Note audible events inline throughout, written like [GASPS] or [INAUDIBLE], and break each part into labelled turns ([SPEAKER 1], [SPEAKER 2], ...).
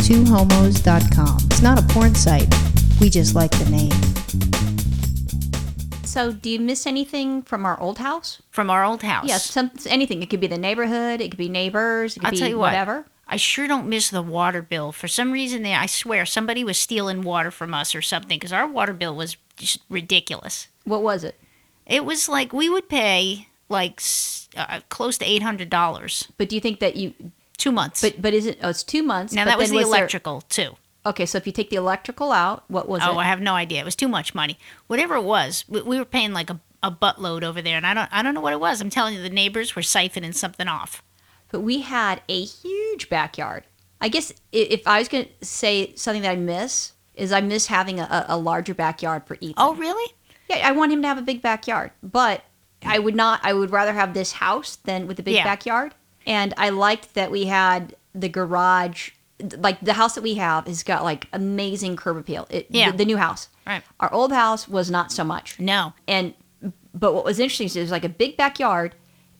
[SPEAKER 1] twohomos.com. It's not a porn site. We just like the name.
[SPEAKER 2] So, do you miss anything from our old house?
[SPEAKER 3] from our old house.
[SPEAKER 2] Yes, some anything. It could be the neighborhood. It could be neighbors. It could
[SPEAKER 3] I'll
[SPEAKER 2] be
[SPEAKER 3] tell you what.
[SPEAKER 2] whatever.
[SPEAKER 3] I sure don't miss the water bill. For some reason, they, I swear somebody was stealing water from us or something because our water bill was just ridiculous.
[SPEAKER 2] What was it?
[SPEAKER 3] It was like we would pay like s- uh, close to eight hundred dollars
[SPEAKER 2] But do you think that you?
[SPEAKER 3] two months.
[SPEAKER 2] But but is it? Oh, it's two months.
[SPEAKER 3] now
[SPEAKER 2] but
[SPEAKER 3] that was
[SPEAKER 2] then
[SPEAKER 3] the
[SPEAKER 2] there-
[SPEAKER 3] electrical too.
[SPEAKER 2] okay, so if you take the electrical out, what was
[SPEAKER 3] Oh,
[SPEAKER 2] it?
[SPEAKER 3] I have no idea. It was too much money. Whatever it was, we, we were paying like a, a buttload over there, and I don't I don't know what it was. I'm telling you, the neighbors were siphoning something off.
[SPEAKER 2] But we had a huge backyard. I guess i- if I was going to say something that I miss is I miss having a, a- a larger backyard for Ethan.
[SPEAKER 3] Oh, really?
[SPEAKER 2] yeah, I want him to have a big backyard, but I would not. I would rather have this house than with a big
[SPEAKER 3] Yeah.
[SPEAKER 2] backyard. And I liked that we had the garage. Like the house that we have has got like amazing curb appeal. It,
[SPEAKER 3] Yeah.
[SPEAKER 2] The, the new house.
[SPEAKER 3] Right.
[SPEAKER 2] Our old house was not so much.
[SPEAKER 3] No.
[SPEAKER 2] And but what was interesting is there's like a big backyard,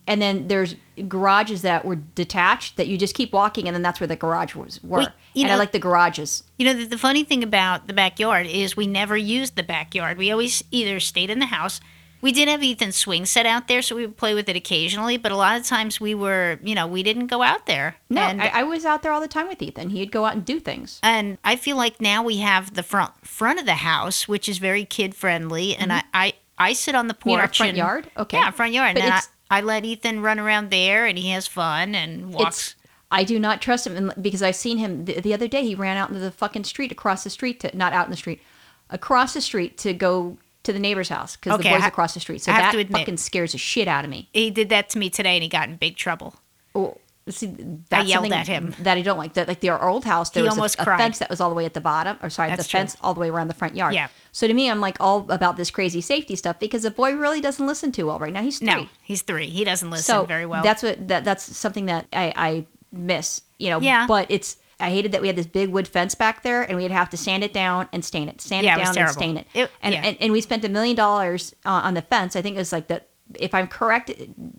[SPEAKER 2] and then there's garages that were detached that you just keep walking, and then that's where the garage was were.
[SPEAKER 3] We- you
[SPEAKER 2] and I
[SPEAKER 3] know-
[SPEAKER 2] like the garages.
[SPEAKER 3] You know, the, the funny thing about the backyard is we never used the backyard. We always either stayed in the house. We did have Ethan's swing set out there, so we would play with it occasionally, but a lot of times we were, you know, we didn't go out there.
[SPEAKER 2] No,
[SPEAKER 3] and,
[SPEAKER 2] I, I was out there all the time with Ethan. He'd go out and do things.
[SPEAKER 3] and I feel like now we have the front front of the house, which is very kid friendly, and I, I I sit on the
[SPEAKER 2] Mm-hmm.
[SPEAKER 3] porch
[SPEAKER 2] You mean our front
[SPEAKER 3] and-
[SPEAKER 2] yard? Okay.
[SPEAKER 3] yeah, front yard,
[SPEAKER 2] But
[SPEAKER 3] and I,
[SPEAKER 2] it's-
[SPEAKER 3] I let Ethan run around there, and he has fun and walks.
[SPEAKER 2] It's I do not trust him and- because I've seen him the, the other day. He ran out into the fucking street across the street to not out in the street, across the street to go to the neighbor's house because
[SPEAKER 3] Okay,
[SPEAKER 2] the
[SPEAKER 3] I
[SPEAKER 2] boy's
[SPEAKER 3] ha-
[SPEAKER 2] across the street. So
[SPEAKER 3] I have
[SPEAKER 2] that
[SPEAKER 3] to admit-
[SPEAKER 2] fucking scares the shit out of me.
[SPEAKER 3] He did that to me today, and he got in big trouble.
[SPEAKER 2] Well, see, that's
[SPEAKER 3] yelled
[SPEAKER 2] something
[SPEAKER 3] at him.
[SPEAKER 2] that I don't like. That like the our old house, there
[SPEAKER 3] He
[SPEAKER 2] was
[SPEAKER 3] almost
[SPEAKER 2] a, a
[SPEAKER 3] cried.
[SPEAKER 2] fence that was all the way at the bottom, or sorry,
[SPEAKER 3] That's
[SPEAKER 2] the
[SPEAKER 3] true.
[SPEAKER 2] fence all the way around the front yard.
[SPEAKER 3] Yeah.
[SPEAKER 2] So to me, I'm like all about this crazy safety stuff because the boy really doesn't listen too well right now. He's three.
[SPEAKER 3] No, he's three. He doesn't listen
[SPEAKER 2] so
[SPEAKER 3] very well.
[SPEAKER 2] That's what that that's something that I I miss. You know.
[SPEAKER 3] Yeah.
[SPEAKER 2] But it's I hated that we had this big wood fence back there, and we'd have to sand it down and stain it, sand
[SPEAKER 3] Yeah,
[SPEAKER 2] it
[SPEAKER 3] it
[SPEAKER 2] down
[SPEAKER 3] was
[SPEAKER 2] and
[SPEAKER 3] terrible.
[SPEAKER 2] stain it,
[SPEAKER 3] It-
[SPEAKER 2] and,
[SPEAKER 3] yeah.
[SPEAKER 2] and and we spent a million dollars uh, on the fence. I think it was like the if I'm correct,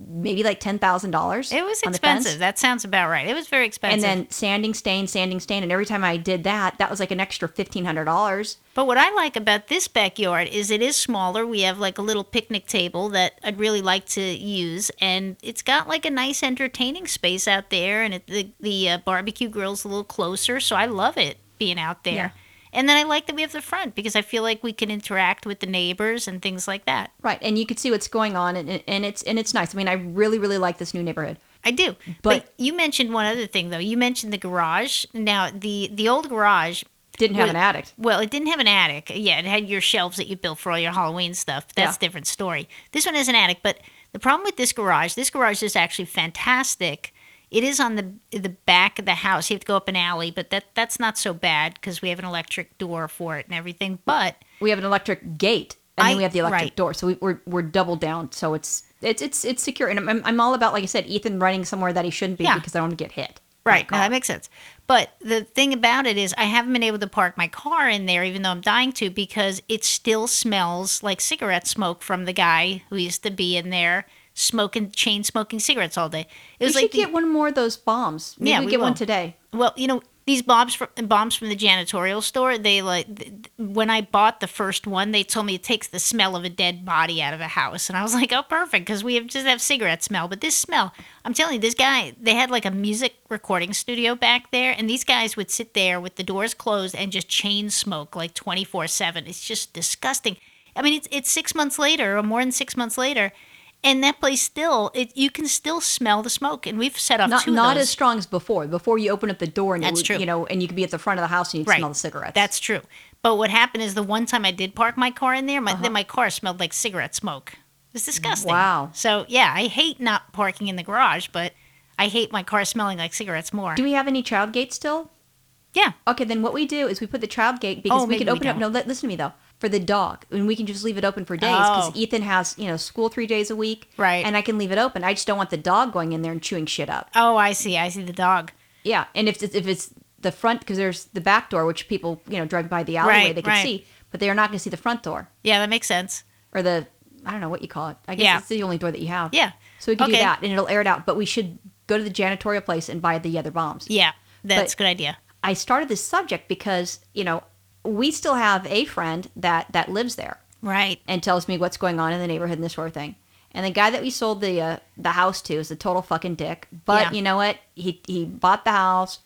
[SPEAKER 2] maybe like ten thousand dollars.
[SPEAKER 3] It was expensive. That sounds about right. It was very
[SPEAKER 2] and
[SPEAKER 3] expensive.
[SPEAKER 2] then sanding stain sanding stain and every time i did that that was like an extra $1500
[SPEAKER 3] but what I like about this backyard is it is smaller. We have like a little picnic table that I'd really like to use, and it's got like a nice entertaining space out there, and it, the the uh, barbecue grill's a little closer, so I love it being out there.
[SPEAKER 2] Yeah.
[SPEAKER 3] And then I like that we have the front because I feel like we can interact with the neighbors and things like that.
[SPEAKER 2] right and you could see what's going on and, and it's and it's nice i mean i really really like this new neighborhood
[SPEAKER 3] I do. But,
[SPEAKER 2] But-
[SPEAKER 3] you mentioned one other thing though. You mentioned the garage. Now the the old garage
[SPEAKER 2] didn't have
[SPEAKER 3] Well,
[SPEAKER 2] an attic
[SPEAKER 3] Well, it didn't have an attic. Yeah, it had your shelves that you built for all your Halloween stuff. but That's
[SPEAKER 2] Yeah.
[SPEAKER 3] a different story. This one has an attic, but the problem with this garage, this garage is actually fantastic. It is on the the back of the house. You have to go up an alley, but that that's not so bad because we have an electric door for it and everything. But
[SPEAKER 2] we have an electric gate and
[SPEAKER 3] I-
[SPEAKER 2] then we have the electric
[SPEAKER 3] right.
[SPEAKER 2] door so we, we're we're double down so it's it's it's it's secure and I'm, I'm all about like i said ethan running somewhere that he shouldn't be
[SPEAKER 3] Yeah.
[SPEAKER 2] because i don't want to get hit by a
[SPEAKER 3] Right. No,
[SPEAKER 2] car.
[SPEAKER 3] that makes sense. But the thing about it is, I haven't been able to park my car in there, even though I'm dying to, because it still smells like cigarette smoke from the guy who used to be in there smoking, chain smoking cigarettes all day. It
[SPEAKER 2] we
[SPEAKER 3] was
[SPEAKER 2] should
[SPEAKER 3] like, the-
[SPEAKER 2] get one more of those bombs maybe
[SPEAKER 3] Yeah,
[SPEAKER 2] we
[SPEAKER 3] we
[SPEAKER 2] get one
[SPEAKER 3] will.
[SPEAKER 2] today
[SPEAKER 3] well, you know, these bombs from bombs from the janitorial store. They like th- th- when I bought the first one, they told me it takes the smell of a dead body out of a house, and I was like, oh, perfect, because we have, just have cigarette smell. But this smell, I'm telling you, this guy, they had like a music recording studio back there, and these guys would sit there with the doors closed and just chain smoke like 24 seven. It's just disgusting. I mean, it's it's six months later, or more than six months later. And that place still, it, you can still smell the smoke, and we've set off
[SPEAKER 2] not
[SPEAKER 3] two of
[SPEAKER 2] not
[SPEAKER 3] those.
[SPEAKER 2] as strong as before before you open up the door and it
[SPEAKER 3] That's
[SPEAKER 2] would-
[SPEAKER 3] true.
[SPEAKER 2] you know and you could be at the front of the house and you'd smell the cigarettes
[SPEAKER 3] That's true. But what happened is the one time I did park my car in there,
[SPEAKER 2] Uh-huh.
[SPEAKER 3] my, then my car smelled like cigarette smoke. It was disgusting.
[SPEAKER 2] Wow.
[SPEAKER 3] So yeah, I hate not parking in the garage, but I hate my car smelling like cigarettes more.
[SPEAKER 2] Do we have any child gates still?
[SPEAKER 3] yeah.
[SPEAKER 2] Okay, then what we do is we put the child gate because
[SPEAKER 3] Oh,
[SPEAKER 2] we can
[SPEAKER 3] maybe we
[SPEAKER 2] open up. No, li- listen to me though. For the dog, and we can just leave it open for days because
[SPEAKER 3] Oh.
[SPEAKER 2] Ethan has you know school three days a week,
[SPEAKER 3] Right.
[SPEAKER 2] And I can leave it open. I just don't want the dog going in there and chewing shit up.
[SPEAKER 3] Oh, I see. I see the dog.
[SPEAKER 2] Yeah, and if it's, if it's the front because there's the back door which people you know drive by the alleyway
[SPEAKER 3] Right,
[SPEAKER 2] they can
[SPEAKER 3] right.
[SPEAKER 2] see, but they are not going to see the front door
[SPEAKER 3] Yeah, that makes sense.
[SPEAKER 2] or the I don't know what you call it. I guess
[SPEAKER 3] Yeah.
[SPEAKER 2] it's the only door that you have.
[SPEAKER 3] Yeah.
[SPEAKER 2] So we can do
[SPEAKER 3] Okay.
[SPEAKER 2] that, and it'll air it out. But we should go to the janitorial place and buy the other bombs.
[SPEAKER 3] Yeah,
[SPEAKER 2] But-
[SPEAKER 3] that's a good idea.
[SPEAKER 2] I started this subject because, you know, we still have a friend that that lives there
[SPEAKER 3] Right.
[SPEAKER 2] and tells me what's going on in the neighborhood and this sort of thing. And the guy that we sold the uh, the house to is a total fucking dick. But
[SPEAKER 3] Yeah.
[SPEAKER 2] you know what? He he bought the house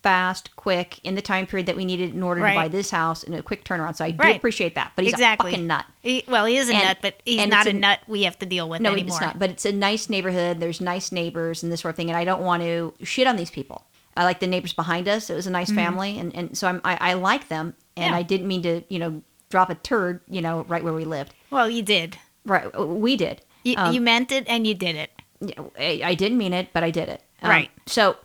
[SPEAKER 2] fast, quick, in the time period that we needed in order
[SPEAKER 3] Right.
[SPEAKER 2] to buy this house in a quick turnaround. So I do
[SPEAKER 3] Right.
[SPEAKER 2] appreciate that. But he's
[SPEAKER 3] exactly.
[SPEAKER 2] a fucking nut.
[SPEAKER 3] He- well, he is a
[SPEAKER 2] And-
[SPEAKER 3] nut, but he's
[SPEAKER 2] and
[SPEAKER 3] not a
[SPEAKER 2] it's a-
[SPEAKER 3] nut we have to deal with
[SPEAKER 2] No,
[SPEAKER 3] anymore.
[SPEAKER 2] it's not. But it's a nice neighborhood. There's nice neighbors and this sort of thing. And I don't want to shit on these people. I like the neighbors behind us. It was a nice family, and, and so I'm, I I like them. And
[SPEAKER 3] Mm-hmm. Yeah.
[SPEAKER 2] I didn't mean to you know drop a turd you know right where we lived.
[SPEAKER 3] Well, you did.
[SPEAKER 2] Right, we did.
[SPEAKER 3] You,
[SPEAKER 2] Um,
[SPEAKER 3] you meant it and you did it.
[SPEAKER 2] yeah, I, I didn't mean it, but I did it. Um,
[SPEAKER 3] Right.
[SPEAKER 2] So,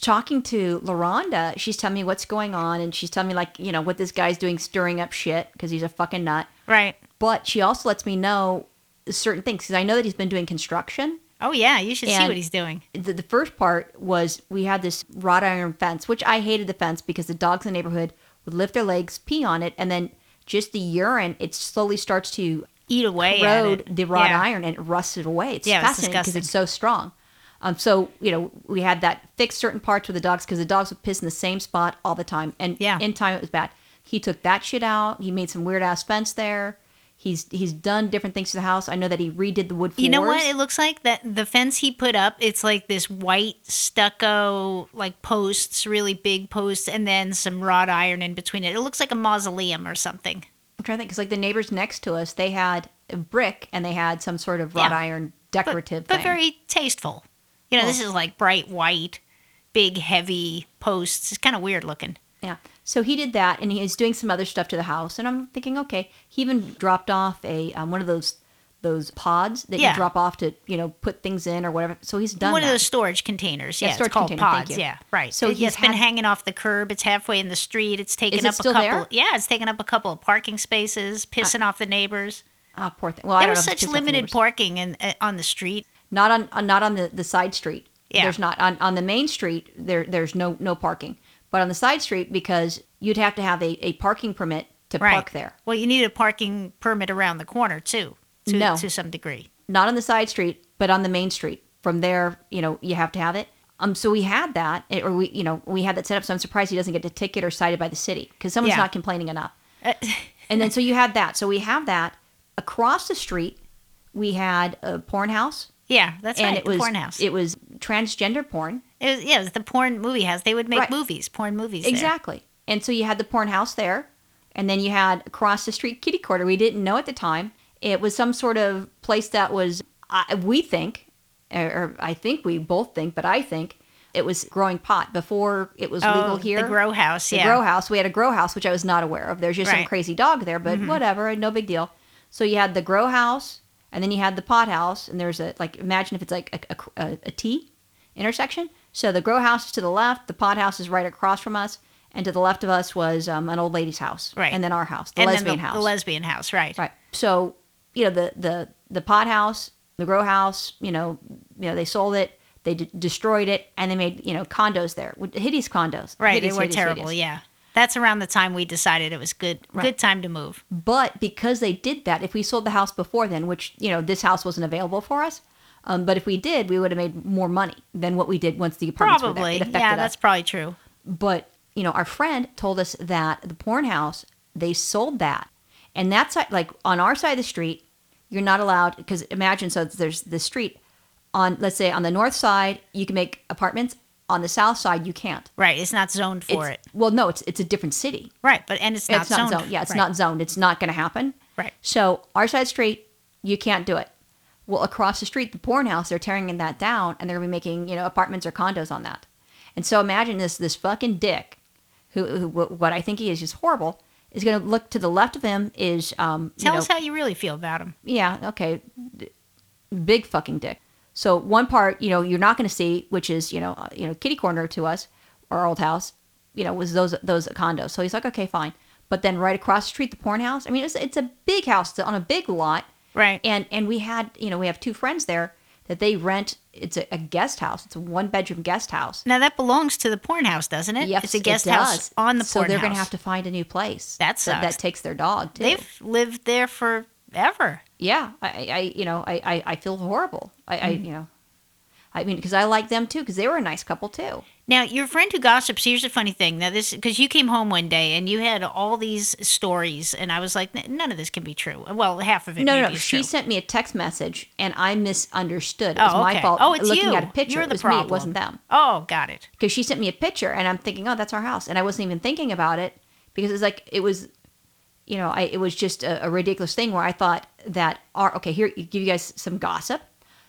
[SPEAKER 2] talking to LaRonda, she's telling me what's going on, and she's telling me like, you know, what this guy's doing, stirring up shit because he's a fucking nut.
[SPEAKER 3] Right.
[SPEAKER 2] But she also lets me know certain things because I know that he's been doing construction.
[SPEAKER 3] Oh yeah, you should see
[SPEAKER 2] And-
[SPEAKER 3] what he's doing.
[SPEAKER 2] The, the first part was we had this wrought iron fence, which I hated the fence because the dogs in the neighborhood would lift their legs, pee on it, and then just the urine, it slowly starts to
[SPEAKER 3] Eat away at
[SPEAKER 2] corrode
[SPEAKER 3] it.
[SPEAKER 2] the wrought
[SPEAKER 3] Yeah.
[SPEAKER 2] iron and it rusted away. It's
[SPEAKER 3] Yeah, it was
[SPEAKER 2] fascinating because
[SPEAKER 3] disgusting.
[SPEAKER 2] it's so strong. Um, so you know we had that fixed certain parts with the dogs because the dogs would piss in the same spot all the time, and
[SPEAKER 3] Yeah.
[SPEAKER 2] in time it was bad. He took that shit out. He made some weird ass fence there. He's he's done different things to the house. I know that he redid the wood floors.
[SPEAKER 3] You know what it looks like? That the fence he put up, it's like this white stucco, like posts, really big posts, and then some wrought iron in between it. It looks like a mausoleum or something.
[SPEAKER 2] I'm trying to think because like the neighbors next to us, they had brick and they had some sort of wrought
[SPEAKER 3] Yeah.
[SPEAKER 2] iron
[SPEAKER 3] But-
[SPEAKER 2] decorative
[SPEAKER 3] but,
[SPEAKER 2] thing.
[SPEAKER 3] very tasteful. You know, this is like bright white, big, heavy posts. It's kind of weird looking.
[SPEAKER 2] Yeah. So he did that, and he was doing some other stuff to the house. And I'm thinking, okay. He even dropped off a um, one of those those pods that
[SPEAKER 3] Yeah.
[SPEAKER 2] you drop off to you know put things in or whatever. So he's done
[SPEAKER 3] One of
[SPEAKER 2] that.
[SPEAKER 3] those storage containers.
[SPEAKER 2] Yeah,
[SPEAKER 3] Yeah,
[SPEAKER 2] storage
[SPEAKER 3] it's called
[SPEAKER 2] container, thank
[SPEAKER 3] pods.
[SPEAKER 2] you.
[SPEAKER 3] Yeah, right.
[SPEAKER 2] So
[SPEAKER 3] So it,
[SPEAKER 2] he's
[SPEAKER 3] has been
[SPEAKER 2] had-
[SPEAKER 3] hanging off the curb. It's halfway in the street. It's taken
[SPEAKER 2] Is it
[SPEAKER 3] up
[SPEAKER 2] still
[SPEAKER 3] a couple.
[SPEAKER 2] there?
[SPEAKER 3] Yeah, it's taken up a couple of parking spaces, pissing off the neighbors.
[SPEAKER 2] Ah, poor thing. Well, I
[SPEAKER 3] There
[SPEAKER 2] don't
[SPEAKER 3] was
[SPEAKER 2] know if it's
[SPEAKER 3] such
[SPEAKER 2] just left
[SPEAKER 3] limited
[SPEAKER 2] neighbors.
[SPEAKER 3] parking in, uh, on the street.
[SPEAKER 2] Not on, on not on the, the side street.
[SPEAKER 3] Yeah.
[SPEAKER 2] There's not on, on the main street. There there's no no parking. But on the side street, because you'd have to have a, a parking permit to
[SPEAKER 3] Right.
[SPEAKER 2] park there.
[SPEAKER 3] Well, you need a parking permit around the corner too. To,
[SPEAKER 2] No.
[SPEAKER 3] to some degree.
[SPEAKER 2] not on the side street, but on the main street. From there, you know, you have to have it. Um, so we had that, eh, or we, you know, we had that set up. So I'm surprised he doesn't get a ticket or cited by the city because someone's
[SPEAKER 3] Yeah.
[SPEAKER 2] not complaining enough.
[SPEAKER 3] Eh,
[SPEAKER 2] and then so you had that. So we have that across the street. We had a porn house,
[SPEAKER 3] [LAUGHS] Yeah, that's
[SPEAKER 2] and
[SPEAKER 3] right.
[SPEAKER 2] it
[SPEAKER 3] the
[SPEAKER 2] was
[SPEAKER 3] porn house.
[SPEAKER 2] it was transgender porn.
[SPEAKER 3] It was, yeah, it was the porn movie house. They would make
[SPEAKER 2] Right.
[SPEAKER 3] movies, porn movies. there.
[SPEAKER 2] Exactly. And so you had the porn house there, and then you had across the street kitty corner. We didn't know at the time. It was some sort of place that was, I we think, or, or I think we both think, but I think it was growing pot before it was legal
[SPEAKER 3] Oh,
[SPEAKER 2] here.
[SPEAKER 3] The grow house.
[SPEAKER 2] The
[SPEAKER 3] Yeah.
[SPEAKER 2] grow house. We had a grow house, which I was not aware of. There's just some
[SPEAKER 3] Right. Mm-hmm.
[SPEAKER 2] crazy dog there, but whatever, no big deal. So you had the grow house, and then you had the pot house, and there's a like imagine if it's like a, a, a, a T intersection. So the grow house is to the left, the pot house is right across from us, and to the left of us was um, an old lady's house,
[SPEAKER 3] Right.
[SPEAKER 2] and then our house, the
[SPEAKER 3] and
[SPEAKER 2] lesbian
[SPEAKER 3] then the,
[SPEAKER 2] house,
[SPEAKER 3] The lesbian house. Right.
[SPEAKER 2] right. So you know the the the pot house, the grow house, you know, you know they sold it. They d- destroyed it, and they made you know condos there, hideous condos.
[SPEAKER 3] Right.
[SPEAKER 2] Hideous,
[SPEAKER 3] they were
[SPEAKER 2] hideous,
[SPEAKER 3] terrible.
[SPEAKER 2] hideous.
[SPEAKER 3] Yeah. That's around the time we decided it was good.
[SPEAKER 2] Right.
[SPEAKER 3] Good time to move.
[SPEAKER 2] But because they did that, if we sold the house before then, which you know this house wasn't available for us, um, but if we did, we would have made more money than what we did once the apartments were there.
[SPEAKER 3] Probably.
[SPEAKER 2] It affected
[SPEAKER 3] Yeah.
[SPEAKER 2] us.
[SPEAKER 3] That's probably true.
[SPEAKER 2] But you know, our friend told us that the porn house they sold that, and that's like on our side of the street, you're not allowed because imagine so there's the street on let's say on the north side you can make apartments on the south side you can't.
[SPEAKER 3] Right. It's not zoned for
[SPEAKER 2] It's-
[SPEAKER 3] it.
[SPEAKER 2] Well, no, it's it's a different city.
[SPEAKER 3] Right. But and it's not
[SPEAKER 2] It's not
[SPEAKER 3] zoned.
[SPEAKER 2] zoned. Yeah, it's
[SPEAKER 3] Right.
[SPEAKER 2] not zoned. It's not going to happen.
[SPEAKER 3] Right.
[SPEAKER 2] So our side street, you can't do it. Well, across the street, the porn house, they're tearing that down, and they're gonna be making you know apartments or condos on that. And so imagine this this fucking dick, who, who wh- what I think he is just horrible, is gonna look to the left of him is um you
[SPEAKER 3] Tell
[SPEAKER 2] know,
[SPEAKER 3] us how you really feel about him.
[SPEAKER 2] yeah okay, d- big fucking dick. So one part you know you're not gonna see, which is you know uh, you know kitty corner to us, our old house, you know was those those condos. So he's like okay fine, but then right across the street the porn house. I mean it's it's a big house it's on a big lot
[SPEAKER 3] Right.
[SPEAKER 2] and and we had you know we have two friends there that they rent it's a, a guest house it's a one bedroom guest house
[SPEAKER 3] now that belongs to the porn house, doesn't it?
[SPEAKER 2] Yes,
[SPEAKER 3] It's a
[SPEAKER 2] it
[SPEAKER 3] guest house
[SPEAKER 2] does.
[SPEAKER 3] on the porn
[SPEAKER 2] so they're
[SPEAKER 3] house.
[SPEAKER 2] gonna have to find a new place
[SPEAKER 3] That
[SPEAKER 2] that,
[SPEAKER 3] sucks.
[SPEAKER 2] that takes their dog too
[SPEAKER 3] They've lived there forever. Mm-hmm.
[SPEAKER 2] yeah I, I- I you know I, I i feel horrible i i you know I mean, because I like them too, because they were a nice couple too.
[SPEAKER 3] Now, your friend who gossips, here's the funny thing. Now, this, because you came home one day and you had all these stories, and I was like, "N- none of this can be true. Well, half of it
[SPEAKER 2] No,
[SPEAKER 3] maybe
[SPEAKER 2] no, no.
[SPEAKER 3] is
[SPEAKER 2] She
[SPEAKER 3] true.
[SPEAKER 2] sent me a text message, and I misunderstood. It was
[SPEAKER 3] Oh,
[SPEAKER 2] my
[SPEAKER 3] okay.
[SPEAKER 2] fault.
[SPEAKER 3] Oh, it's
[SPEAKER 2] looking
[SPEAKER 3] you.
[SPEAKER 2] at a picture.
[SPEAKER 3] You're
[SPEAKER 2] it
[SPEAKER 3] the
[SPEAKER 2] was me.
[SPEAKER 3] problem.
[SPEAKER 2] It wasn't them.
[SPEAKER 3] Oh, got it.
[SPEAKER 2] Because she sent me a picture, and I'm thinking, oh, that's our house, and I wasn't even thinking about it because it's like it was, you know, I it was just a, a ridiculous thing where I thought that our okay here give you guys some gossip.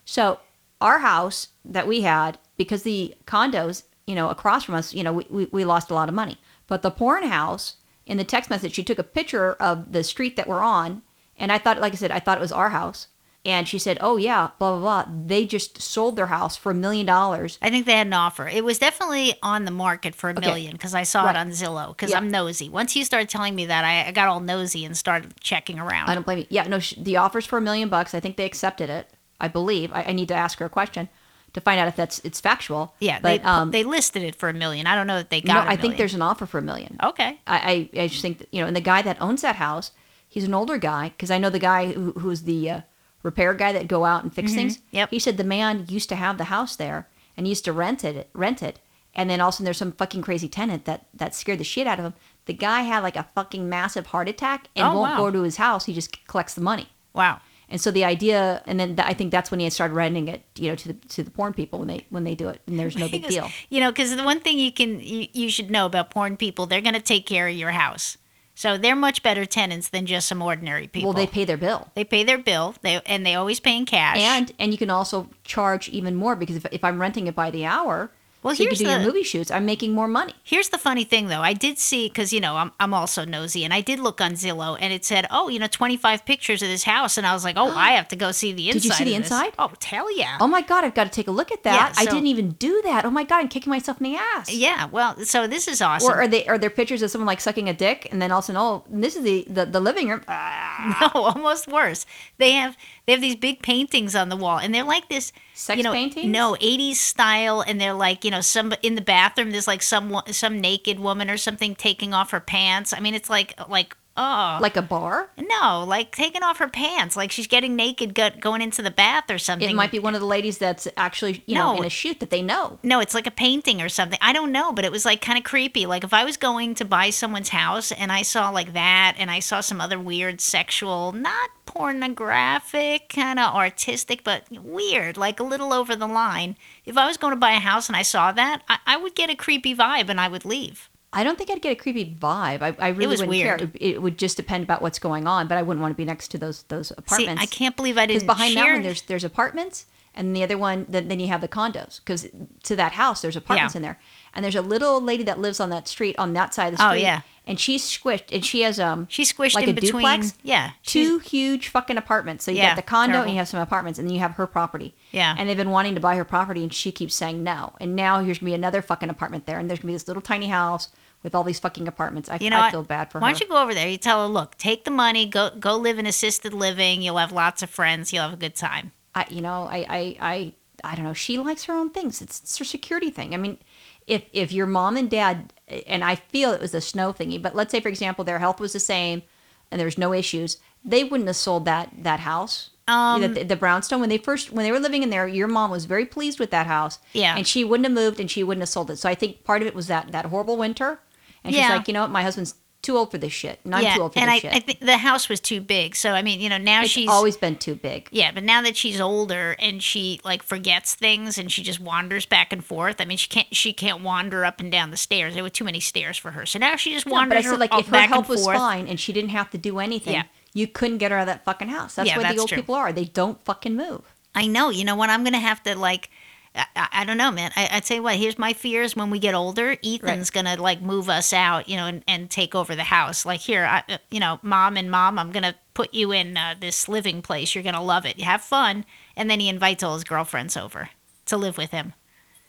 [SPEAKER 2] So our house that we had because the condos, you know, across from us, you know, we, we, we lost a lot of money. But the porn house in the text message, she took a picture of the street that we're on, and I thought, like I said, I thought it was our house. And she said, "Oh yeah, blah blah blah. They just sold their house for a million dollars
[SPEAKER 3] I think they had an offer. It was definitely on the market for a
[SPEAKER 2] Okay.
[SPEAKER 3] million because I saw
[SPEAKER 2] Right.
[SPEAKER 3] it on Zillow because
[SPEAKER 2] Yeah.
[SPEAKER 3] I'm nosy. Once you started telling me that, I, I got all nosy and started checking around.
[SPEAKER 2] I don't blame you. Yeah, no, sh- the offer's for a million bucks. I think they accepted it. I believe. I, I need to ask her a question to find out if that's it's factual.
[SPEAKER 3] yeah,
[SPEAKER 2] but
[SPEAKER 3] they,
[SPEAKER 2] um,
[SPEAKER 3] they listed it for a million. I don't know that they
[SPEAKER 2] no,
[SPEAKER 3] got. Oh. I
[SPEAKER 2] I think there's an offer for a million.
[SPEAKER 3] okay.
[SPEAKER 2] I, I, I just think that, you know, and the guy that owns that house, he's an older guy because I know the guy who, who's the uh, repair guy that go out and fix things.
[SPEAKER 3] Mm-hmm. Yep.
[SPEAKER 2] He said the man used to have the house there and used to rent it, rent it, and then all of a sudden there's some fucking crazy tenant that that scared the shit out of him. The guy had like a fucking massive heart attack and
[SPEAKER 3] Oh,
[SPEAKER 2] won't
[SPEAKER 3] wow.
[SPEAKER 2] go to his house. He just collects the money.
[SPEAKER 3] Wow.
[SPEAKER 2] And so the idea, and then th- I think that's when he had started renting it, you know, to the to the porn people when they when they do it, and there's no big
[SPEAKER 3] Because,
[SPEAKER 2] deal.
[SPEAKER 3] You know, because the one thing you can you, you should know about porn people, they're going to take care of your house. So they're much better tenants than just some ordinary people.
[SPEAKER 2] Well, they pay their bill,
[SPEAKER 3] they pay their bill, they and they always pay in cash.
[SPEAKER 2] and and you can also charge even more because if, if I'm renting it by the hour,
[SPEAKER 3] Well,
[SPEAKER 2] so you can
[SPEAKER 3] here's
[SPEAKER 2] do your
[SPEAKER 3] the-
[SPEAKER 2] movie shoots, I'm making more money.
[SPEAKER 3] Here's the funny thing, though. I did see because you know I'm I'm also nosy, and I did look on Zillow, and it said, oh, you know, 25 pictures of this house, and I was like, oh,
[SPEAKER 2] [GASPS]
[SPEAKER 3] I have to go see the inside.
[SPEAKER 2] Did you see the
[SPEAKER 3] of this.
[SPEAKER 2] inside?
[SPEAKER 3] Oh, tell ya.
[SPEAKER 2] Oh my god, I've got to take a look at that.
[SPEAKER 3] Yeah,
[SPEAKER 2] I
[SPEAKER 3] so-
[SPEAKER 2] didn't even do that. Oh my god, I'm kicking myself in the ass.
[SPEAKER 3] Yeah. Well, so this is awesome.
[SPEAKER 2] Or are they are there pictures of someone like sucking a dick, and then all of a sudden, oh, this is the the, the living room. Ah,
[SPEAKER 3] [LAUGHS] no, Oh, almost worse. They have they have these big paintings on the wall, and they're like this
[SPEAKER 2] Sex
[SPEAKER 3] you know,
[SPEAKER 2] paintings?
[SPEAKER 3] No, eighties style, and they're like you know some in the bathroom. There's like some wo- some naked woman or something taking off her pants. I mean, it's like like oh
[SPEAKER 2] like a bar.
[SPEAKER 3] no, like taking off her pants, like she's getting naked, go, going into the bath or something.
[SPEAKER 2] It might be one of the ladies that's actually you know
[SPEAKER 3] No.
[SPEAKER 2] in a shoot that they know.
[SPEAKER 3] No, it's like a painting or something. I don't know, but it was like kind of creepy. Like if I was going to buy someone's house and I saw like that and I saw some other weird sexual, not pornographic, kind of artistic, but weird, like a little over the line. If I was going to buy a house and I saw that, I, I would get a creepy vibe and I would leave.
[SPEAKER 2] I don't think I'd get a creepy vibe. I, I really
[SPEAKER 3] was
[SPEAKER 2] wouldn't care.
[SPEAKER 3] weird.
[SPEAKER 2] It, it would just depend about what's going on, but I wouldn't want to be next to those those apartments.
[SPEAKER 3] See, I can't believe I
[SPEAKER 2] because
[SPEAKER 3] didn't
[SPEAKER 2] behind that
[SPEAKER 3] share-
[SPEAKER 2] one there's there's apartments, and the other one then, then you have the condos because to that house there's apartments
[SPEAKER 3] Yeah.
[SPEAKER 2] in there, and there's a little old lady that lives on that street on that side of the
[SPEAKER 3] Oh,
[SPEAKER 2] street.
[SPEAKER 3] yeah.
[SPEAKER 2] and she's squished and she has um
[SPEAKER 3] She's squished
[SPEAKER 2] like
[SPEAKER 3] in
[SPEAKER 2] a
[SPEAKER 3] between.
[SPEAKER 2] duplex.
[SPEAKER 3] Yeah, she's-
[SPEAKER 2] two huge fucking apartments. So you
[SPEAKER 3] Yeah,
[SPEAKER 2] got the condo and
[SPEAKER 3] terrible.
[SPEAKER 2] you have some apartments, and then you have her property.
[SPEAKER 3] Yeah.
[SPEAKER 2] and they've been wanting to buy her property, and she keeps saying no. And now here's gonna be another fucking apartment there, and there's gonna be this little tiny house with all these fucking apartments. I,
[SPEAKER 3] You know,
[SPEAKER 2] I
[SPEAKER 3] what?
[SPEAKER 2] feel bad for
[SPEAKER 3] Why
[SPEAKER 2] her.
[SPEAKER 3] don't you go over there? You tell her, look, take the money, go go live in assisted living. You'll have lots of friends. You'll have a good time.
[SPEAKER 2] I, you know, I, I, I, I don't know. She likes her own things. It's, it's her security thing. I mean, if if your mom and dad, and I feel it was the snow thingy, but let's say for example their health was the same, and there was no issues, they wouldn't have sold that that house.
[SPEAKER 3] Um,
[SPEAKER 2] the, the brownstone when they first when they were living in there, your mom was very pleased with that house.
[SPEAKER 3] Yeah.
[SPEAKER 2] and she wouldn't have moved, and she wouldn't have sold it. So I think part of it was that that horrible winter, and she's
[SPEAKER 3] Yeah.
[SPEAKER 2] like, you know what, my husband's too old for this shit, and I'm too old for
[SPEAKER 3] and
[SPEAKER 2] this
[SPEAKER 3] I,
[SPEAKER 2] shit.
[SPEAKER 3] I think the house was too big. So I mean, you know, now
[SPEAKER 2] it's
[SPEAKER 3] she's
[SPEAKER 2] always been too big.
[SPEAKER 3] yeah, but now that she's older and she like forgets things and she just wanders back and forth. I mean, she can't she can't wander up and down the stairs. There were too many stairs for her. So now she just
[SPEAKER 2] No, but
[SPEAKER 3] wanders
[SPEAKER 2] I said, like,
[SPEAKER 3] up-
[SPEAKER 2] if her
[SPEAKER 3] back and
[SPEAKER 2] health was
[SPEAKER 3] forth.
[SPEAKER 2] fine and she didn't have to do anything,
[SPEAKER 3] Yeah.
[SPEAKER 2] you couldn't get her out of that fucking house. That's
[SPEAKER 3] Yeah,
[SPEAKER 2] where the
[SPEAKER 3] that's
[SPEAKER 2] old
[SPEAKER 3] true.
[SPEAKER 2] people are. They don't fucking move.
[SPEAKER 3] I know. You know what? I'm gonna have to like. I, I- I don't know, man. I, I tell you what. Here's my fears. When we get older, Ethan's gonna like move us out, you know, and, and take over the house. Like here, I, uh, you know, mom and mom, I'm gonna put you in uh, this living place. You're gonna love it. Have fun. And then he invites all his girlfriends over to live with him.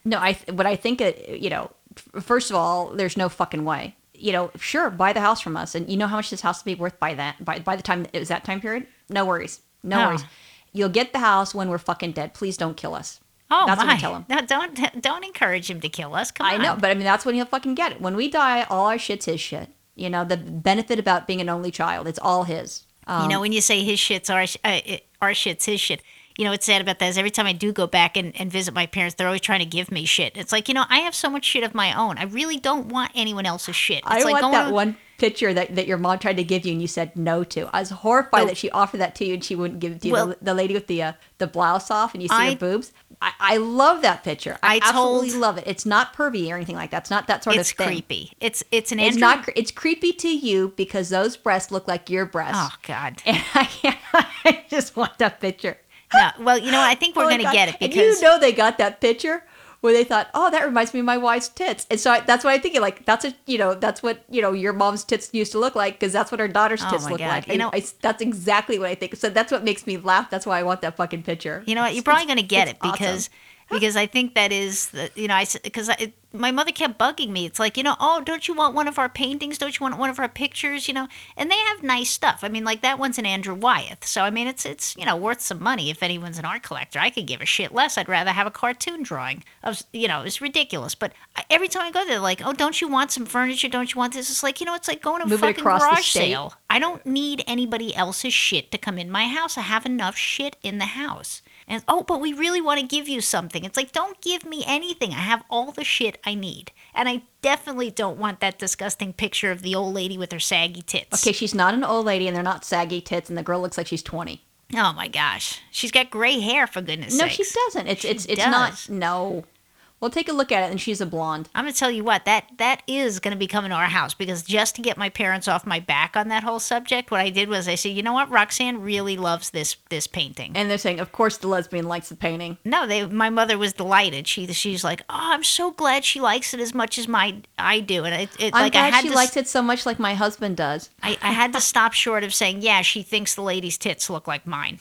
[SPEAKER 2] No, I what I think uh, you know. f- First of all, there's no fucking way. You know, sure, buy the house from us, and you know how much this house will be worth by that by by the time it was that time period. No worries, no
[SPEAKER 3] Ah.
[SPEAKER 2] worries. You'll get the house when we're fucking dead. Please don't kill us.
[SPEAKER 3] Oh
[SPEAKER 2] that's
[SPEAKER 3] my!
[SPEAKER 2] what I tell him.
[SPEAKER 3] No, don't don't encourage him to kill us. Come
[SPEAKER 2] I
[SPEAKER 3] on.
[SPEAKER 2] know, but I mean that's when he'll fucking get it. When we die, all our shit's his shit. You know, the benefit about being an only child, it's all his.
[SPEAKER 3] you know, when you say his shit's our, sh- uh, it- our shit's his shit. you know, what's sad about that is every time I do go back and, and visit my parents, they're always trying to give me shit. It's like, you know, I have so much shit of my own. I really don't want anyone else's shit. It's
[SPEAKER 2] I
[SPEAKER 3] like
[SPEAKER 2] want that
[SPEAKER 3] to-
[SPEAKER 2] one picture that, that your mom tried to give you and you said no to. I was horrified
[SPEAKER 3] No.
[SPEAKER 2] that she offered that to you and she wouldn't give it to you.
[SPEAKER 3] Well-
[SPEAKER 2] the, the lady with the uh, the blouse off and you see
[SPEAKER 3] I-
[SPEAKER 2] her boobs. I, I love that picture. I,
[SPEAKER 3] I
[SPEAKER 2] absolutely
[SPEAKER 3] told-
[SPEAKER 2] love it. It's not pervy or anything like that. It's not that sort
[SPEAKER 3] It's
[SPEAKER 2] of thing.
[SPEAKER 3] creepy. It's it's an
[SPEAKER 2] It's
[SPEAKER 3] Andrew-
[SPEAKER 2] not. cre- It's creepy to you because those breasts look like your breasts.
[SPEAKER 3] Oh God.
[SPEAKER 2] [LAUGHS] And I can't. [LAUGHS] I just want that picture.
[SPEAKER 3] No. Well, you know, I think we're
[SPEAKER 2] Oh my
[SPEAKER 3] gonna
[SPEAKER 2] God.
[SPEAKER 3] get it
[SPEAKER 2] And
[SPEAKER 3] because
[SPEAKER 2] you know they got that picture where they thought, oh, that reminds me of my wife's tits, and so I, that's what I think. Like that's a you know that's what you know your mom's tits used to look like because that's what her daughter's
[SPEAKER 3] Oh
[SPEAKER 2] tits
[SPEAKER 3] my
[SPEAKER 2] look
[SPEAKER 3] God.
[SPEAKER 2] like.
[SPEAKER 3] You
[SPEAKER 2] And
[SPEAKER 3] know-
[SPEAKER 2] I s- that's exactly what I think. So that's what makes me laugh. That's why I want that fucking picture.
[SPEAKER 3] You know what? You're
[SPEAKER 2] It's-
[SPEAKER 3] probably going to
[SPEAKER 2] it's-
[SPEAKER 3] get
[SPEAKER 2] it's [LAUGHS]
[SPEAKER 3] it because because I think that is the you know I because I my mother kept bugging me. It's like you know oh don't you want one of our paintings? Don't you want one of our pictures? You know, and they have nice stuff. I mean, like that one's an Andrew Wyeth. So I mean, it's it's you know worth some money if anyone's an art collector. I could give a shit less. I'd rather have a cartoon drawing of you know it's ridiculous. But I- every time I go there, like oh don't you want some furniture? Don't you want this? It's like you know it's like going to a
[SPEAKER 2] Move it
[SPEAKER 3] fucking
[SPEAKER 2] across the
[SPEAKER 3] garage
[SPEAKER 2] state.
[SPEAKER 3] sale. I don't need anybody else's shit to come in my house. I have enough shit in the house. And oh, but we really want to give you something. It's like, don't give me anything. I have all the shit I need. And I definitely don't want that disgusting picture of the old lady with her saggy tits.
[SPEAKER 2] Okay, she's not an old lady, and they're not saggy tits, and the girl looks like she's twenty.
[SPEAKER 3] Oh my gosh. She's got gray hair for goodness
[SPEAKER 2] No,
[SPEAKER 3] sakes.
[SPEAKER 2] she doesn't. It's it's it's
[SPEAKER 3] does.
[SPEAKER 2] not. No. Well, take a look at it, and she's a blonde.
[SPEAKER 3] I'm gonna tell you what, that that is gonna be coming to our house because just to get my parents off my back on that whole subject, what I did was I said, you know what, Roxanne really loves this this painting.
[SPEAKER 2] And they're saying, of course, the lesbian likes the painting.
[SPEAKER 3] No, they. My mother was delighted. She she's like, oh, I'm so glad she likes it as much as my I do. And it, it
[SPEAKER 2] I'm
[SPEAKER 3] like I
[SPEAKER 2] glad
[SPEAKER 3] had
[SPEAKER 2] she
[SPEAKER 3] to, s-
[SPEAKER 2] likes it so much, like my husband does.
[SPEAKER 3] I, I had to stop short of saying, yeah, she thinks the lady's tits look like mine.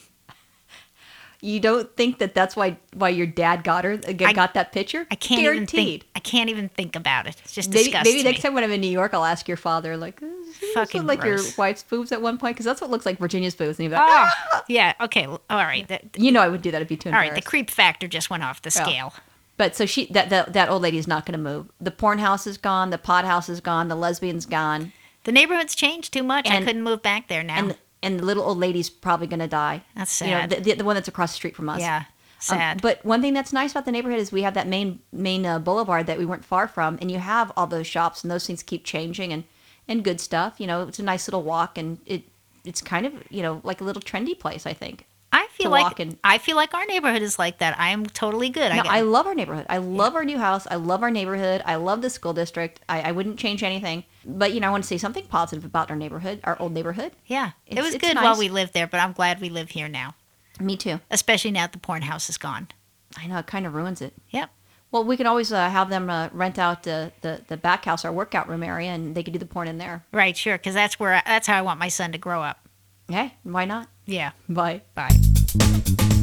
[SPEAKER 2] You don't think that that's why why your dad got her uh,
[SPEAKER 3] I-
[SPEAKER 2] got that picture?
[SPEAKER 3] I can't even think.
[SPEAKER 2] Guaranteed.
[SPEAKER 3] I can't even think about it. It's just
[SPEAKER 2] Maybe,
[SPEAKER 3] disgusting.
[SPEAKER 2] maybe next time when I'm in New York, I'll ask your father like, "Uh, does this
[SPEAKER 3] Fucking
[SPEAKER 2] look like
[SPEAKER 3] gross.
[SPEAKER 2] your wife's boobs at one point because that's what looks like Virginia's boobs. And you'd be like,
[SPEAKER 3] Oh, [LAUGHS] yeah. Okay. l- All right. the-
[SPEAKER 2] "Ah!" you know, I would do that if you too
[SPEAKER 3] Uh, all right.
[SPEAKER 2] Ah! embarrassed.
[SPEAKER 3] The creep factor just went off the
[SPEAKER 2] Yeah.
[SPEAKER 3] scale.
[SPEAKER 2] but so she that, that that old lady's not going to move. The porn house is gone. The pot house is gone. The lesbian's gone.
[SPEAKER 3] The neighborhood's changed too much. I
[SPEAKER 2] And-
[SPEAKER 3] couldn't move back there now.
[SPEAKER 2] And and the little old lady's probably going to die.
[SPEAKER 3] That's
[SPEAKER 2] You know,
[SPEAKER 3] sad.
[SPEAKER 2] the, the, the one that's across the street from us.
[SPEAKER 3] yeah.
[SPEAKER 2] Um,
[SPEAKER 3] Sad.
[SPEAKER 2] but one thing that's nice about the neighborhood is we have that main main uh, boulevard that we weren't far from, and you have all those shops, and those things keep changing, and and good stuff. You know, it's a nice little walk, and it it's kind of you know like a little trendy place. I think.
[SPEAKER 3] I feel
[SPEAKER 2] to
[SPEAKER 3] like
[SPEAKER 2] walk in-
[SPEAKER 3] I feel like our neighborhood is like that. I am totally good.
[SPEAKER 2] No,
[SPEAKER 3] get-
[SPEAKER 2] I love our neighborhood. I love our new house. I love our neighborhood. I love the school district. I, I wouldn't change anything. But you know, I want to say something positive about our neighborhood, our old neighborhood.
[SPEAKER 3] Yeah, it
[SPEAKER 2] It's-
[SPEAKER 3] was
[SPEAKER 2] it's
[SPEAKER 3] good while
[SPEAKER 2] nice.
[SPEAKER 3] we lived there, but I'm glad we live here now,
[SPEAKER 2] Me too.
[SPEAKER 3] especially now that the porn house is gone.
[SPEAKER 2] I know it kind of ruins it.
[SPEAKER 3] Yep.
[SPEAKER 2] Well, we could always uh, have them uh, rent out uh, the the back house, our workout room area, and they could do the porn in there.
[SPEAKER 3] Right, sure, because that's where that's how I want my son to grow up.
[SPEAKER 2] Hey, why not?
[SPEAKER 3] Yeah.
[SPEAKER 2] Bye.
[SPEAKER 3] Bye.